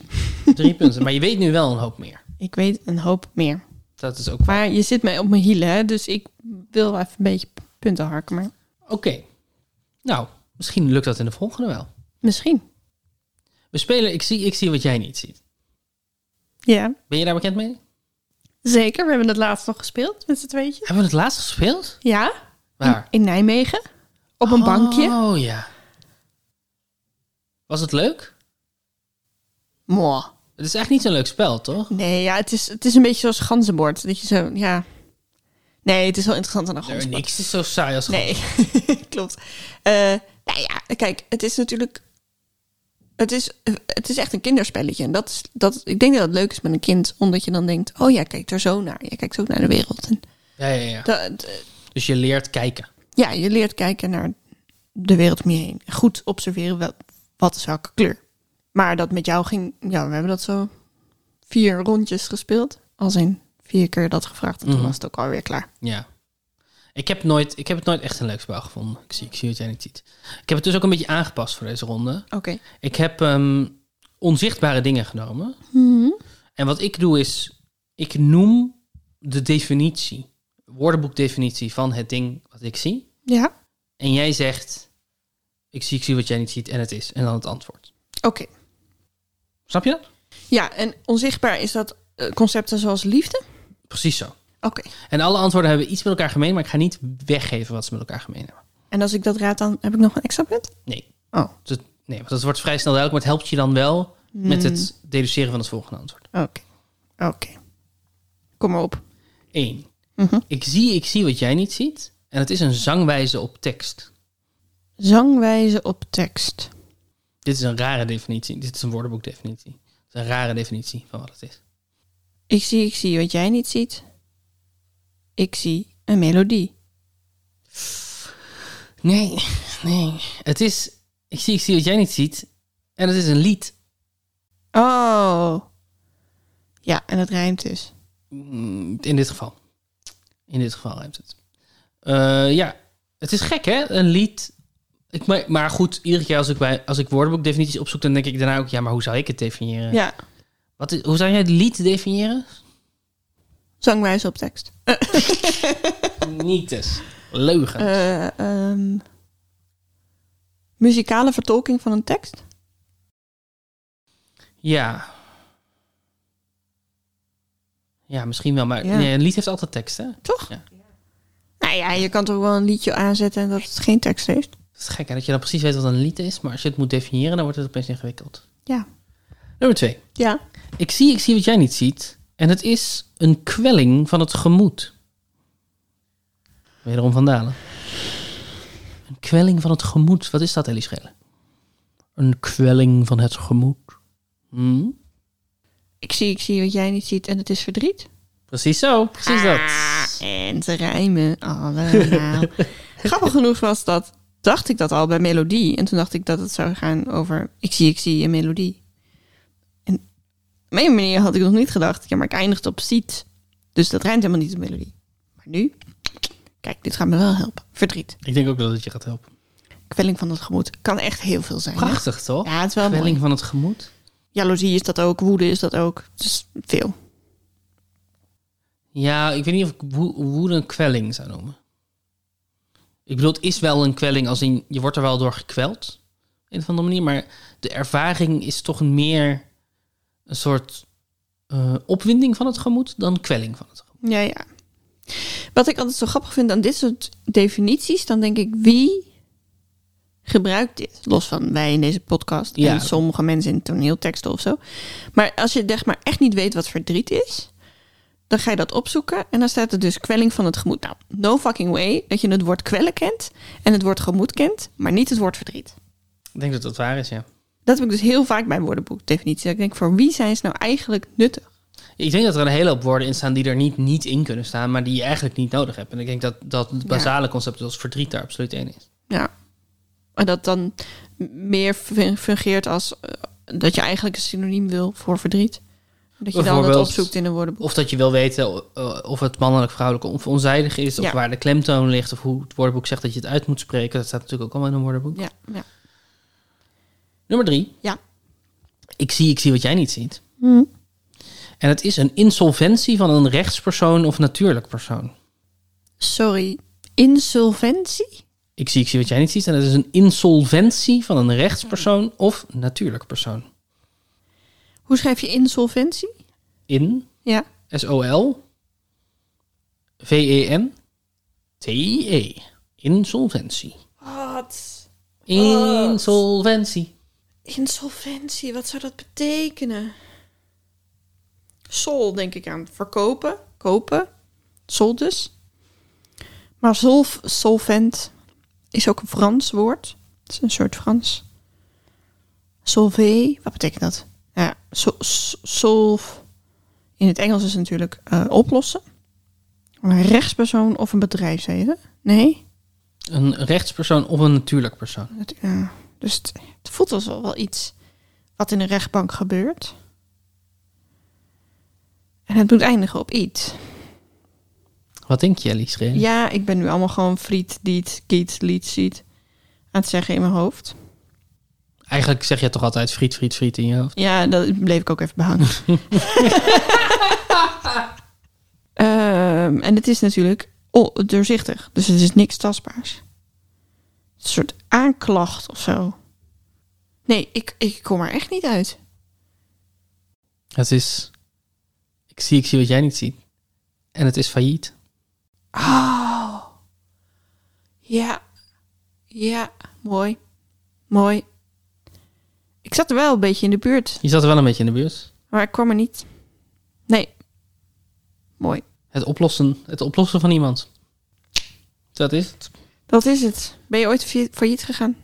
S2: Drie punten. Maar je weet nu wel een hoop meer.
S1: Ik weet een hoop meer.
S2: Dat is ook
S1: Maar je zit mij op mijn hielen, hè, dus ik wil wel even een beetje punten harken. Maar
S2: Oké. Nou, misschien lukt dat in de volgende wel.
S1: misschien.
S2: We spelen Ik zie, ik zie wat jij niet ziet.
S1: Ja,
S2: Ben je daar bekend mee?
S1: zeker. We hebben het laatst nog gespeeld met z'n tweetje.
S2: Hebben we het laatst gespeeld?
S1: Ja,
S2: Waar?
S1: In Nijmegen. Op een bankje.
S2: Oh ja. Was het leuk?
S1: Mwah.
S2: Het is echt niet zo'n leuk spel, toch?
S1: Nee, ja, het is, het is een beetje zoals ganzenbord. Dat je zo, ja... Nee, het is wel interessant aan een
S2: Er,
S1: ganzenbord.
S2: niks is zo saai als
S1: Nee, klopt. Eh, nou ja, kijk, het is natuurlijk... Het is, het is echt een kinderspelletje. En dat is, dat, ik denk dat het leuk is met een kind. Omdat je dan denkt, oh ja, kijk er zo naar. Je kijkt zo naar de wereld. En
S2: Ja, ja, ja.
S1: dat, eh,
S2: Dus je leert kijken.
S1: ja, je leert kijken naar de wereld om je heen. Goed observeren wel, wat is welke kleur. Maar dat met jou ging, ja, we hebben dat zo vier rondjes gespeeld. Als in vier keer dat gevraagd. En toen
S2: Mhm.
S1: was het ook alweer klaar.
S2: Ja. Ik heb, nooit, ik heb het nooit echt een leuk spel gevonden. Ik zie, ik zie wat jij niet ziet. Ik heb het dus ook een beetje aangepast voor deze ronde.
S1: Oké.
S2: Ik heb ehm, onzichtbare dingen genomen. En wat ik doe is, ik noem de definitie, woordenboekdefinitie van het ding wat ik zie.
S1: Ja,
S2: En jij zegt, ik zie, ik zie wat jij niet ziet en het is. En dan het antwoord.
S1: oké.
S2: Snap je dat?
S1: Ja, en onzichtbaar is dat eh, concepten zoals liefde?
S2: Precies zo.
S1: Oké.
S2: En alle antwoorden hebben iets met elkaar gemeen, maar ik ga niet weggeven wat ze met elkaar gemeen hebben.
S1: En als ik dat raad, dan heb ik nog een extra punt?
S2: Nee.
S1: Oh.
S2: Dus Nee, want dat wordt vrij snel duidelijk, maar het helpt je dan wel met het deduceren van het volgende antwoord.
S1: Oké. Oké. Kom maar op.
S2: 1.
S1: Mhm.
S2: Ik zie, ik zie wat jij niet ziet. En het is een zangwijze op tekst.
S1: Zangwijze op tekst.
S2: Dit is een rare definitie. Dit is een woordenboekdefinitie. Het is een rare definitie van wat het is.
S1: Ik zie, ik zie wat jij niet ziet. Ik zie een melodie.
S2: Nee, nee. Het is, ik zie, ik zie wat jij niet ziet. En het is een lied.
S1: Oh. Ja, en het rijmt dus.
S2: Mm, In dit geval. In dit geval heeft het. Eh, ja, het is gek hè, een lied. Ik, maar, maar goed, iedere keer als ik, bij, als ik woordenboekdefinities opzoek, dan denk ik daarna ook, ja, maar hoe zou ik het definiëren?
S1: Ja,
S2: Wat is, hoe zou jij het lied definiëren?
S1: zangwijze op tekst.
S2: niet eens. Leugen.
S1: Eh, ehm, muzikale vertolking van een tekst?
S2: Ja. Ja, misschien wel, maar
S1: Ja.
S2: nee, een lied heeft altijd tekst, hè?
S1: Toch?
S2: Ja.
S1: Nou ja, je kan toch wel een liedje aanzetten en dat het geen tekst heeft?
S2: Dat is gek, hè? Dat je dan precies weet wat een lied is, maar als je het moet definiëren, dan wordt het opeens ingewikkeld.
S1: Ja.
S2: Nummer twee.
S1: Ja.
S2: Ik zie, ik zie wat jij niet ziet. En het is een kwelling van het gemoed. Wederom Van Dalen. Een kwelling van het gemoed. Wat is dat, Ellie Schelen? Een kwelling van het gemoed. Hm?
S1: Ik zie, ik zie wat jij niet ziet en het is verdriet.
S2: Precies zo, precies dat.
S1: Ah, en ze rijmen allemaal. Grappig genoeg was dat, dacht ik dat al bij melodie. En toen dacht ik dat het zou gaan over ik zie, ik zie een melodie. En op een manier had ik nog niet gedacht. Ja, maar ik eindigde op ziet. Dus dat rijmt helemaal niet op melodie. Maar nu, kijk, dit gaat me wel helpen. Verdriet.
S2: Ik denk ook dat het je gaat helpen.
S1: Kwelling van het gemoed. Kan echt heel veel zijn. hè?
S2: Prachtig, toch?
S1: Ja, het is wel
S2: kwelling
S1: mooi.
S2: van het gemoed.
S1: Jaloezie is dat ook. Woede is dat ook. Het is veel.
S2: Ja, ik weet niet of ik wo- woede een kwelling zou noemen. Ik bedoel, het is wel een kwelling, als in je wordt er wel door gekweld. Op een of andere manier, maar de ervaring is toch meer een soort eh, opwinding van het gemoed dan kwelling van het gemoed.
S1: Ja, ja. Wat ik altijd zo grappig vind aan dit soort definities, dan denk ik, wie gebruikt dit? Los van wij in deze podcast
S2: Ja.
S1: en sommige mensen in toneelteksten of zo. Maar als je zeg maar echt niet weet wat verdriet is, dan ga je dat opzoeken en dan staat er dus kwelling van het gemoed. Nou, no fucking way dat je het woord kwellen kent en het woord gemoed kent, maar niet het woord verdriet.
S2: Ik denk dat dat waar is, ja.
S1: Dat heb ik dus heel vaak bij woordenboekdefinities. Dat ik denk, voor wie zijn ze nou eigenlijk nuttig?
S2: Ik denk dat er een hele hoop woorden in staan die er niet, niet in kunnen staan, maar die je eigenlijk niet nodig hebt. En ik denk dat, dat het basale concept als verdriet daar absoluut één is.
S1: Ja. En dat dan meer fun- fungeert als eh, dat je eigenlijk een synoniem wil voor verdriet. Dat je dan dat
S2: Bijvoorbeeld.
S1: opzoekt in een woordenboek.
S2: Of dat je wil weten eh, of het mannelijk, vrouwelijk of onzijdig is. Of
S1: Ja.
S2: waar de klemtoon ligt. Of hoe het woordenboek zegt dat je het uit moet spreken. Dat staat natuurlijk ook allemaal in een woordenboek.
S1: Ja, ja.
S2: Nummer drie.
S1: Ja.
S2: Ik zie, ik zie wat jij niet ziet. En het is een insolventie van een rechtspersoon of natuurlijk persoon.
S1: Sorry, insolventie?
S2: Ik zie, ik zie wat jij niet ziet. En het is een insolventie van een rechtspersoon of natuurlijk persoon.
S1: Hoe schrijf je insolventie?
S2: In
S1: Ja.
S2: S-O-L V-E-N T-I-E. E. Insolventie.
S1: Wat? Oh.
S2: Insolventie.
S1: Insolventie, wat zou dat betekenen? Sol, denk ik aan. Verkopen, kopen. Sol dus. Maar solf, solvent is ook een Frans woord. Het is een soort Frans. Solvé, wat betekent dat? Ja, sol, solf. In het Engels is natuurlijk eh, oplossen. Een rechtspersoon of een bedrijf, zei je? Nee?
S2: Een rechtspersoon of een natuurlijk persoon.
S1: Het- ja. Dus het, het voelt als wel, wel iets wat in een rechtbank gebeurt. En het moet eindigen op iets.
S2: Wat denk je, Ellie Schreen?
S1: Ja, ik ben nu allemaal gewoon friet, diet, kiet, liet, ziet aan het zeggen in mijn hoofd.
S2: Eigenlijk zeg je toch altijd friet, friet, friet in je hoofd.
S1: Ja, dat bleef ik ook even behangen. Ehm, en het is natuurlijk oh, doorzichtig. Dus het is niks tastbaars. Een soort aanklacht of zo. Nee, ik, ik kom er echt niet uit.
S2: Het is, ik zie, ik zie wat jij niet ziet. En het is failliet.
S1: Oh. Ja. Ja. Mooi. Mooi. Ik zat er wel een beetje in de buurt,
S2: Je zat er wel een beetje in de buurt.
S1: maar ik kwam er niet. Nee. Mooi.
S2: Het oplossen, het oplossen van iemand. Dat is het.
S1: Dat is het. Ben je ooit failliet- failliet gegaan?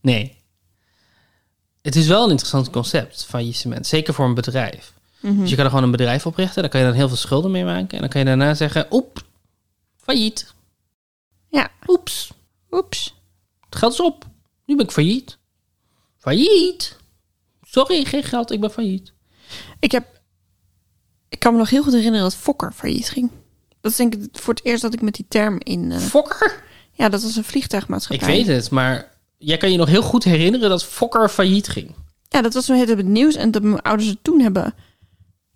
S2: Nee. Het is wel een interessant concept, faillissement. Zeker voor een bedrijf.
S1: Mhm.
S2: Dus je kan er gewoon een bedrijf oprichten. Daar kan je dan heel veel schulden mee maken. En dan kan je daarna zeggen, oep, failliet.
S1: Ja.
S2: Oeps,
S1: Oeps.
S2: het geld is op. Nu ben ik failliet. Failliet. Sorry, geen geld, ik ben failliet.
S1: Ik heb... Ik kan me nog heel goed herinneren dat Fokker failliet ging. Dat is denk ik voor het eerst dat ik met die term in... eh,
S2: Fokker?
S1: ja, dat was een
S2: Ik
S1: vliegtuigmaatschappij.
S2: weet het, maar jij kan je nog heel goed herinneren dat Fokker failliet ging.
S1: Ja, dat was toen het op het nieuws. En dat mijn ouders het toen hebben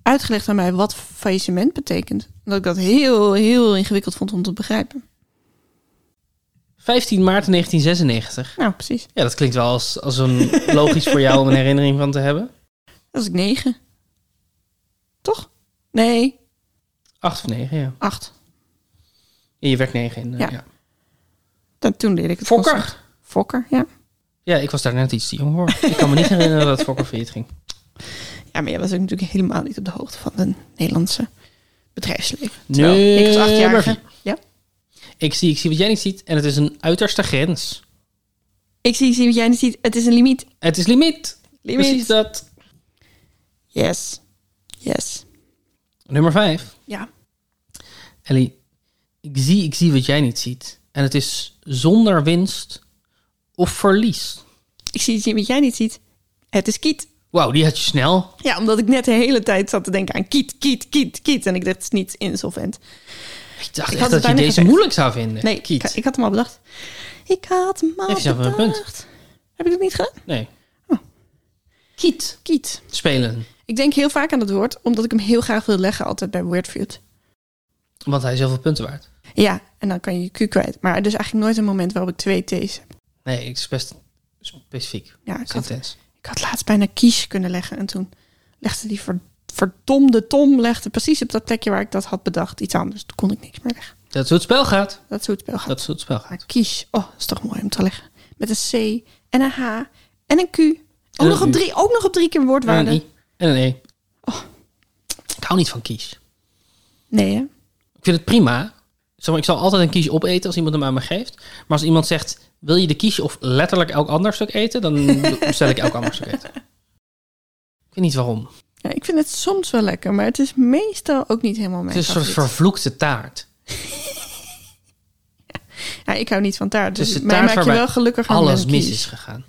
S1: uitgelegd aan mij wat faillissement betekent. Dat ik dat heel, heel ingewikkeld vond om te begrijpen.
S2: 15 maart 1996.
S1: Nou, precies.
S2: Ja, dat klinkt wel als, als een logisch voor jou om een herinnering van te hebben.
S1: Dat was ik negen. Toch? Nee,
S2: 8 of 9, ja.
S1: acht.
S2: En je werd 9 in. eh,
S1: Ja.
S2: ja.
S1: Dan, toen leerde ik het
S2: Fokker.
S1: concept. Fokker, ja.
S2: Ja, ik was daar net iets te jong voor. Ik kan me niet herinneren dat Fokker failliet ging.
S1: Ja, maar jij was ook natuurlijk helemaal niet op de hoogte van het Nederlandse bedrijfsleven.
S2: Nee,
S1: ik als
S2: maar
S1: achtjarige... Ja?
S2: Ik zie, ik zie wat jij niet ziet en het is een uiterste grens.
S1: Ik zie, zie wat jij niet ziet. Het is een limiet.
S2: Het is limiet.
S1: Limiet.
S2: Precies dat.
S1: Yes. Yes.
S2: Nummer 5.
S1: Ja.
S2: Ellie, ik zie, ik zie wat jij niet ziet. En het is zonder winst of verlies.
S1: Ik zie, zie wat jij niet ziet. Het is kiet.
S2: Wauw, die had je snel.
S1: Ja, omdat ik net de hele tijd zat te denken aan kiet, kiet, kiet, kiet. En ik dacht, het is niet insolvent.
S2: Ik dacht
S1: Ik
S2: echt
S1: had het
S2: dat je
S1: bijna
S2: deze
S1: gezegd.
S2: moeilijk zou vinden.
S1: Nee, ik,
S2: Kiet.
S1: ik had hem al bedacht. Ik had hem al
S2: Even zelf een
S1: bedacht. Heb ik Oh. dat niet gedaan?
S2: Nee.
S1: Kiet. Kiet.
S2: Spelen.
S1: Ik denk heel vaak aan dat woord, omdat ik hem heel graag wil leggen altijd bij Wordfeud.
S2: Want hij is heel veel punten waard.
S1: Ja, en dan kan je je Q kwijt. Maar er is eigenlijk nooit een moment waarop ik twee T's heb.
S2: Nee, het is best specifiek.
S1: Ja, ik
S2: Het is
S1: had,
S2: intens.
S1: ik had laatst bijna kies kunnen leggen. En toen legde die ver- verdomde Tom legde precies op dat plekje waar ik dat had bedacht iets anders. Toen kon ik niks meer leggen.
S2: Dat is hoe het spel gaat.
S1: Dat is hoe het spel gaat.
S2: Dat is hoe het spel gaat.
S1: Maar kies, oh, is toch mooi om te leggen. Met een C en een H en een Q. Ook,
S2: een
S1: nog
S2: U.
S1: op, drie, ook nog op drie keer
S2: En
S1: woordwaarde.
S2: een I. En een E.
S1: Oh.
S2: Ik hou niet van kies.
S1: Nee, hè?
S2: Ik vind het prima. Zeg maar, Ik zal altijd een kies opeten als iemand hem aan me geeft. Maar als iemand zegt, wil je de kies of letterlijk elk ander stuk eten? Dan bestel ik elk ander stuk eten. Ik weet niet waarom.
S1: Ja, ik vind het soms wel lekker, maar het is meestal ook niet helemaal
S2: het
S1: mijn
S2: is een soort
S1: favoriet.
S2: vervloekte taart.
S1: ja, Ik hou niet van taart,
S2: Het
S1: dus
S2: is de
S1: mij
S2: taart
S1: maak je
S2: waarbij
S1: wel gelukkiger met
S2: Alles
S1: een
S2: mis
S1: kies.
S2: is gegaan.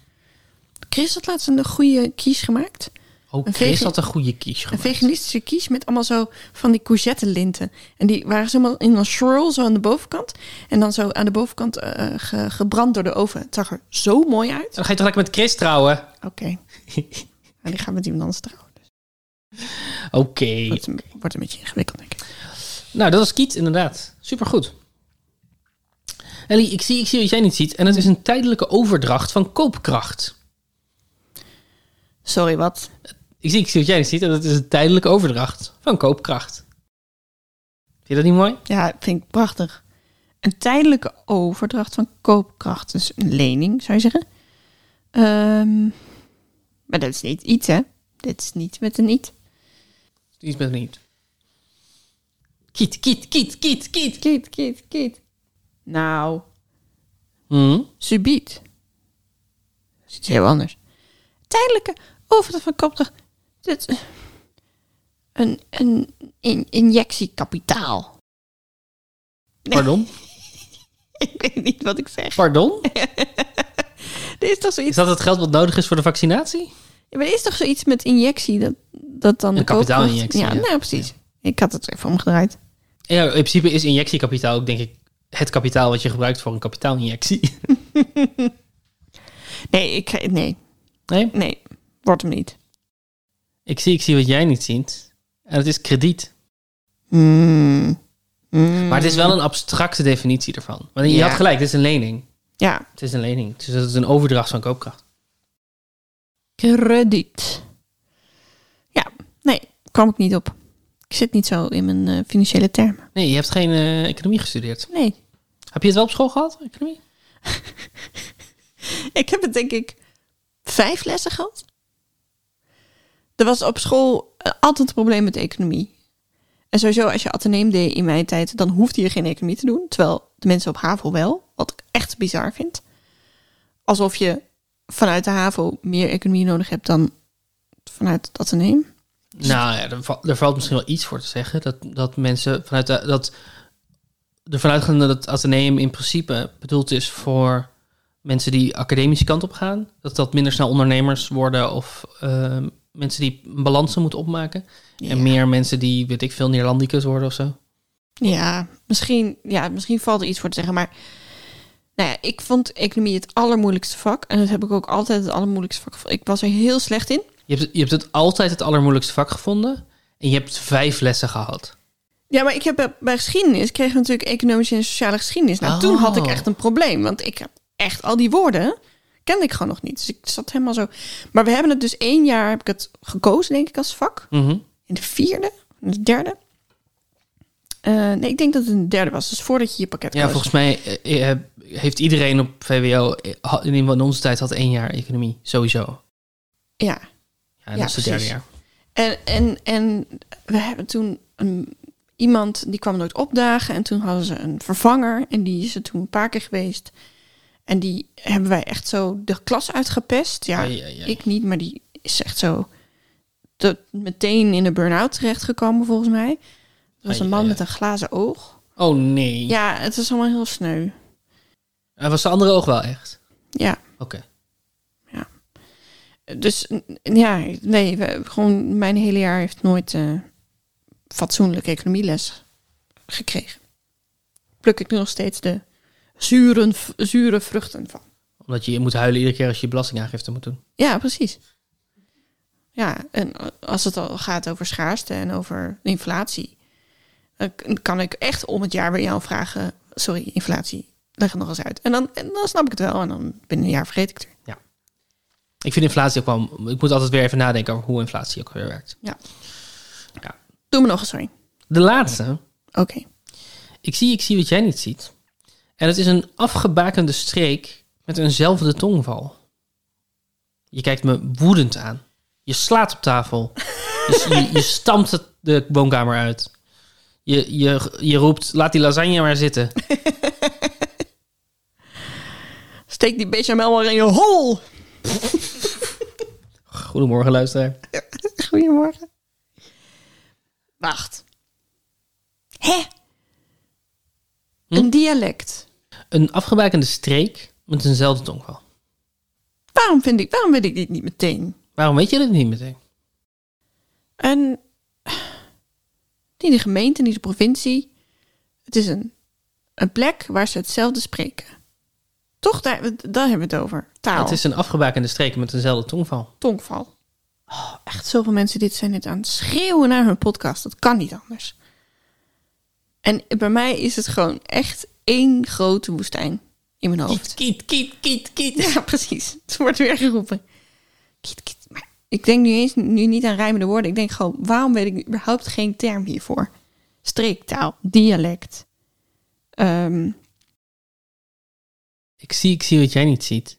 S1: Chris had laatst een goede kies gemaakt.
S2: Ook
S1: Een
S2: Chris
S1: vege-
S2: had een goede kies
S1: Een
S2: gemaakt.
S1: veganistische kies met allemaal zo van die courgettelinten. En die waren zo helemaal in een swirl, zo aan de bovenkant. En dan zo aan de bovenkant eh, ge- gebrand door de oven. Het zag er zo mooi uit.
S2: Dan ga je toch lekker met Chris trouwen?
S1: Oké. En die gaan met iemand anders trouwen. Dus
S2: Oké.
S1: dat is een- wordt een beetje ingewikkeld, denk ik.
S2: Nou, dat was Kiet inderdaad. Supergoed. Ellie, ik zie, ik zie wat jij niet ziet. En het is een tijdelijke overdracht van koopkracht.
S1: Sorry, wat?
S2: Ik zie, ik zie wat jij niet ziet. En dat is een tijdelijke overdracht van koopkracht. Vind je dat niet mooi?
S1: Ja, vind ik prachtig. Een tijdelijke overdracht van koopkracht. Dus een lening, zou je zeggen. Ehm, maar dat is niet iets, hè? Dit is niet met een niet.
S2: Iets met niet. Kiet, kiet, kiet, kiet, kiet.
S1: Kiet, kiet, kiet. Nou,
S2: Hm?
S1: subiet. Dat is iets heel anders. Tijdelijke overdracht van koopkracht. Dit, een een in, injectie kapitaal.
S2: Pardon?
S1: Ik weet niet wat ik zeg.
S2: Pardon?
S1: Er is toch zoiets
S2: Is dat het geld wat nodig is voor de vaccinatie?
S1: Ja, maar er is toch zoiets met injectie dat, dat dan
S2: Een
S1: de koopkracht-
S2: kapitaalinjectie,
S1: Ja,
S2: ja.
S1: nou precies. Ik had het even omgedraaid.
S2: Ja, in principe is injectiekapitaal ook denk ik het kapitaal wat je gebruikt voor een kapitaalinjectie.
S1: Nee, ik, nee,
S2: Nee?
S1: nee, wordt hem niet.
S2: Ik zie, ik zie wat jij niet ziet. En het is krediet.
S1: Mm. Mm.
S2: Maar het is wel een abstracte definitie ervan. Maar je
S1: Ja.
S2: had gelijk, het is een lening.
S1: Ja,
S2: Het is een lening. Dus het is een overdracht van koopkracht.
S1: krediet. Ja, nee, kwam ik niet op. Ik zit niet zo in mijn eh, financiële termen.
S2: Nee, je hebt geen eh, economie gestudeerd.
S1: Nee,
S2: Heb je het wel op school gehad, economie?
S1: ik heb het denk ik vijf lessen gehad. Er was op school eh, altijd een probleem met economie. En sowieso, als je ateneem deed in mijn tijd, dan hoefde je geen economie te doen. Terwijl de mensen op HAVO wel, wat ik echt bizar vind. Alsof je vanuit de HAVO meer economie nodig hebt dan vanuit het ateneem.
S2: Nou ja, er, va- er valt misschien wel iets voor te zeggen. Dat, dat mensen vanuit de, dat. Ervan uitgaande dat het ateneum in principe bedoeld is voor mensen die academische kant op gaan. Dat dat minder snel ondernemers worden of eh, mensen die een balansen moeten opmaken. En meer mensen die, weet ik veel, Neerlandicus worden of zo.
S1: Ja, misschien, ja, misschien valt er iets voor te zeggen, maar nou ja, ik vond economie het allermoeilijkste vak. En dat heb ik ook altijd het allermoeilijkste vak gevonden. Ik was er heel slecht in.
S2: Je hebt, je hebt het altijd het allermoeilijkste vak gevonden. En je hebt vijf lessen gehad.
S1: Ja, maar ik heb bij- bij geschiedenis kreeg ik natuurlijk economische en sociale geschiedenis. Nou, toen had ik
S2: Oh.
S1: echt een probleem, want ik heb echt al die woorden kende ik gewoon nog niet. Dus ik zat helemaal zo. Maar we hebben het dus één jaar heb ik het gekozen, denk ik, als vak.
S2: Mhm.
S1: In de vierde, in de derde. Eh, nee, ik denk dat het een derde was. Dus voordat je je pakket
S2: Ja,
S1: koos.
S2: volgens mij eh, eh, heeft iedereen op VWO, eh, had- in ieder geval in onze tijd, had één jaar economie. Sowieso.
S1: Ja,
S2: Ja, dat
S1: Ja,
S2: is het derde
S1: precies.
S2: jaar.
S1: En, en, en we hebben toen een, iemand die kwam nooit opdagen. En toen hadden ze een vervanger. En die is er toen een paar keer geweest. En die hebben wij echt zo de klas uitgepest. Ja,
S2: Ai, ai, ai.
S1: ik niet, maar die is echt zo tot meteen in de burn-out terechtgekomen volgens mij. Er was
S2: Ai,
S1: een man
S2: ai,
S1: met een glazen oog.
S2: Oh nee.
S1: Ja, het is allemaal heel sneu.
S2: Hij was zijn andere oog wel echt.
S1: Ja,
S2: Oké.
S1: dus n- ja, nee, we- gewoon mijn hele jaar heeft nooit eh fatsoenlijke economieles gekregen. Pluk ik nu nog steeds de zure, zure vruchten van.
S2: Omdat je moet huilen iedere keer als je belastingaangifte moet doen.
S1: Ja, precies. Ja, en eh, als het al gaat over schaarste en over inflatie, dan k- kan ik echt om het jaar bij jou vragen: sorry, inflatie, leg het nog eens uit. En dan, en dan snap ik het wel en dan binnen een jaar vergeet ik het. weer.
S2: Ik vind inflatie ook wel... Ik moet altijd weer even nadenken over hoe inflatie ook weer werkt.
S1: Ja.
S2: Ja.
S1: Doe me nog eens, sorry.
S2: De laatste.
S1: Oké.
S2: Ik zie, ik zie wat jij niet ziet. En het is een afgebakende streek met eenzelfde tongval. Je kijkt me woedend aan. Je slaat op tafel. Je, je, je stampt het- de woonkamer uit. Je, je, je roept, laat die lasagne maar zitten.
S1: Steek die bechamel maar in je hol!
S2: Goedemorgen, luisteraar.
S1: Goedemorgen. Wacht. Hè? Een dialect.
S2: Een afgebakende streek met eenzelfde tongval.
S1: Waarom vind ik, waarom weet ik dit niet meteen?
S2: Waarom weet je dat niet meteen?
S1: En niet de gemeente, niet de provincie. Het is een, een plek waar ze hetzelfde spreken. Toch, daar, daar hebben we het over. Taal,
S2: Het is een afgebakende streek met eenzelfde tongval.
S1: tongval. Oh, echt zoveel mensen dit zijn dit aan het schreeuwen naar hun podcast. Dat kan niet anders. En bij mij is het gewoon echt één grote woestijn in mijn hoofd.
S2: Kiet, kiet, kiet, kiet.
S1: Ja, precies. Het wordt weer geroepen. Kiet, kiet. Maar ik denk nu eens nu niet aan rijmende woorden. Ik denk gewoon, waarom weet ik überhaupt geen term hiervoor? Streektaal, dialect. Ehm,
S2: Ik zie, ik zie wat jij niet ziet.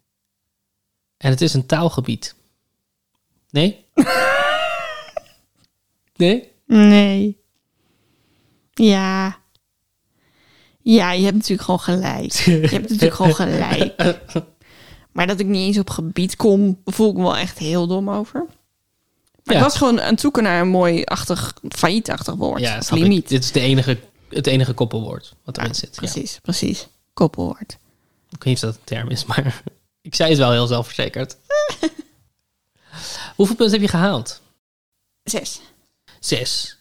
S2: En het is een taalgebied. Nee? nee?
S1: nee. Ja. Ja, je hebt natuurlijk gewoon gelijk. Je hebt natuurlijk gewoon gelijk. Maar dat ik niet eens op gebied kom, voel ik me wel echt heel dom over. Maar
S2: Ja.
S1: ik was gewoon aan het zoeken naar een mooi achtig, faillietachtig woord.
S2: Ja,
S1: Of
S2: snap
S1: limiet.
S2: ik. Dit is de enige, het enige koppelwoord wat erin
S1: Ja,
S2: zit. Ja.
S1: Precies, precies. Koppelwoord.
S2: Ik weet niet of dat een term is, maar ik zei het wel heel zelfverzekerd. Hoeveel punten heb je gehaald?
S1: Zes.
S2: Zes.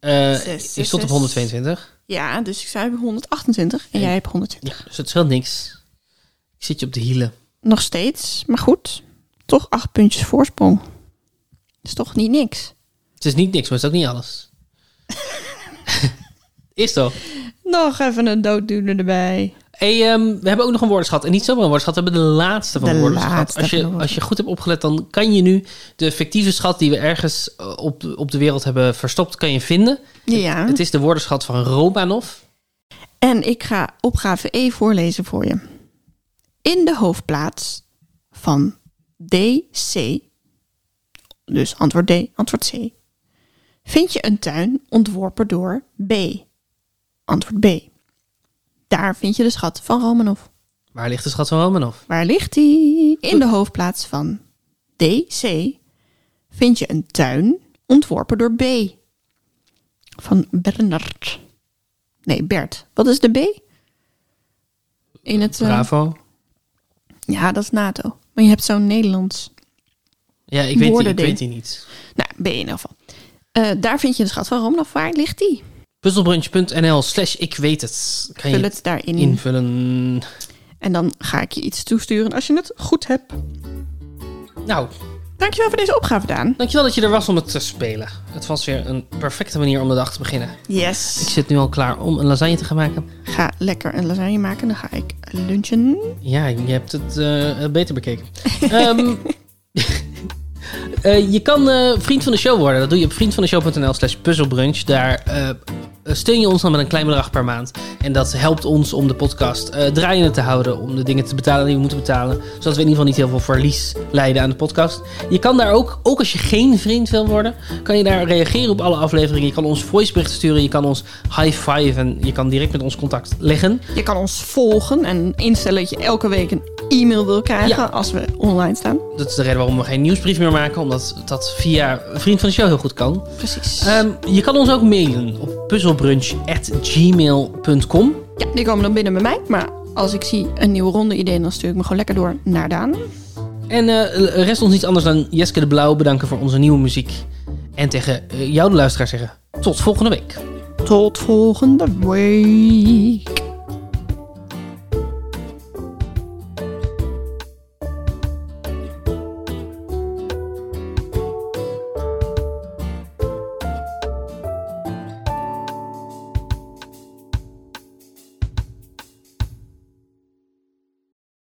S2: Eh,
S1: Zes,
S2: ik
S1: zes,
S2: stond op
S1: zes.
S2: 122.
S1: Ja, dus ik zei 128 en
S2: Ja.
S1: jij hebt 120.
S2: Ja, dus het scheelt niks. Ik zit je op de hielen.
S1: Nog steeds, maar goed. Toch acht puntjes voorsprong. Is toch niet niks.
S2: Het is niet niks, maar het is ook niet alles. is toch?
S1: Nog even een dooddoener erbij.
S2: Hey, ehm, we hebben ook nog een woordenschat. En niet zomaar een woordenschat, we hebben de laatste van de,
S1: De
S2: woordenschat.
S1: laatste
S2: Als
S1: van de
S2: je,
S1: woorden-
S2: als je goed hebt opgelet, dan kan je nu de fictieve schat die we ergens eh, op, de- op de wereld hebben verstopt, kan je vinden.
S1: Ja.
S2: Het is de woordenschat van Romanov.
S1: En ik ga opgave E voorlezen voor je. In de hoofdplaats van D, C. Dus antwoord D, antwoord C. Vind je een tuin ontworpen door B? Antwoord B. Daar vind je de schat van Romanov.
S2: Waar ligt de schat van Romanov?
S1: Waar ligt die? In de hoofdplaats van DC vind je een tuin ontworpen door B. Van Bernard. Nee, Bert. Wat is de B? In het. eh,
S2: Bravo.
S1: ja, dat is NATO. Maar je hebt zo'n Nederlands.
S2: Ja, ik weet, die, ik
S1: woorden
S2: weet
S1: ding.
S2: die niet.
S1: Nou, B in ieder geval. Eh, daar vind je de schat van Romanov. Waar ligt die?
S2: Puzzelbrunch.nl slash ik weet het. Kan
S1: Vul
S2: je
S1: het daarin.
S2: invullen.
S1: En dan ga ik je iets toesturen als je het goed hebt.
S2: Nou,
S1: Dankjewel voor deze opgave, Daan.
S2: dankjewel dat je er was om het te spelen. Het was weer een perfecte manier om de dag te beginnen. Ik
S1: Yes.
S2: zit nu al klaar om een lasagne te gaan maken.
S1: Ga lekker een lasagne maken. Dan ga ik lunchen.
S2: Ja, je hebt het eh, beter bekeken. Ehm, eh, je kan eh, vriend van de show worden. Dat doe je op vriendvandeshow.nl slash puzzelbrunch. Daar eh, steun je ons dan met een klein bedrag per maand. En dat helpt ons om de podcast eh, draaiende te houden. Om de dingen te betalen die we moeten betalen. Zodat we in ieder geval niet heel veel verlies lijden aan de podcast. Je kan daar ook, ook als je geen vriend wil worden, kan je daar reageren op alle afleveringen. Je kan ons voiceberichten sturen. Je kan ons high-fiven. Je kan direct met ons contact leggen.
S1: Je kan ons volgen en instellen dat je elke week een e-mail wil krijgen
S2: Ja.
S1: als we online staan.
S2: Dat is de reden waarom we geen nieuwsbrief meer maken, omdat dat via Vriend van de Show heel goed kan.
S1: Precies.
S2: Ehm, je kan ons ook mailen op puzzelbrunch.gmail.com.
S1: ja, die komen dan binnen bij mij. Maar als ik zie een nieuwe ronde idee, dan stuur ik me gewoon lekker door naar Daan.
S2: En eh, rest ons niet anders dan Jeske de Blauw bedanken voor onze nieuwe muziek. En tegen eh, jou de luisteraar zeggen, tot volgende week.
S1: Tot volgende week.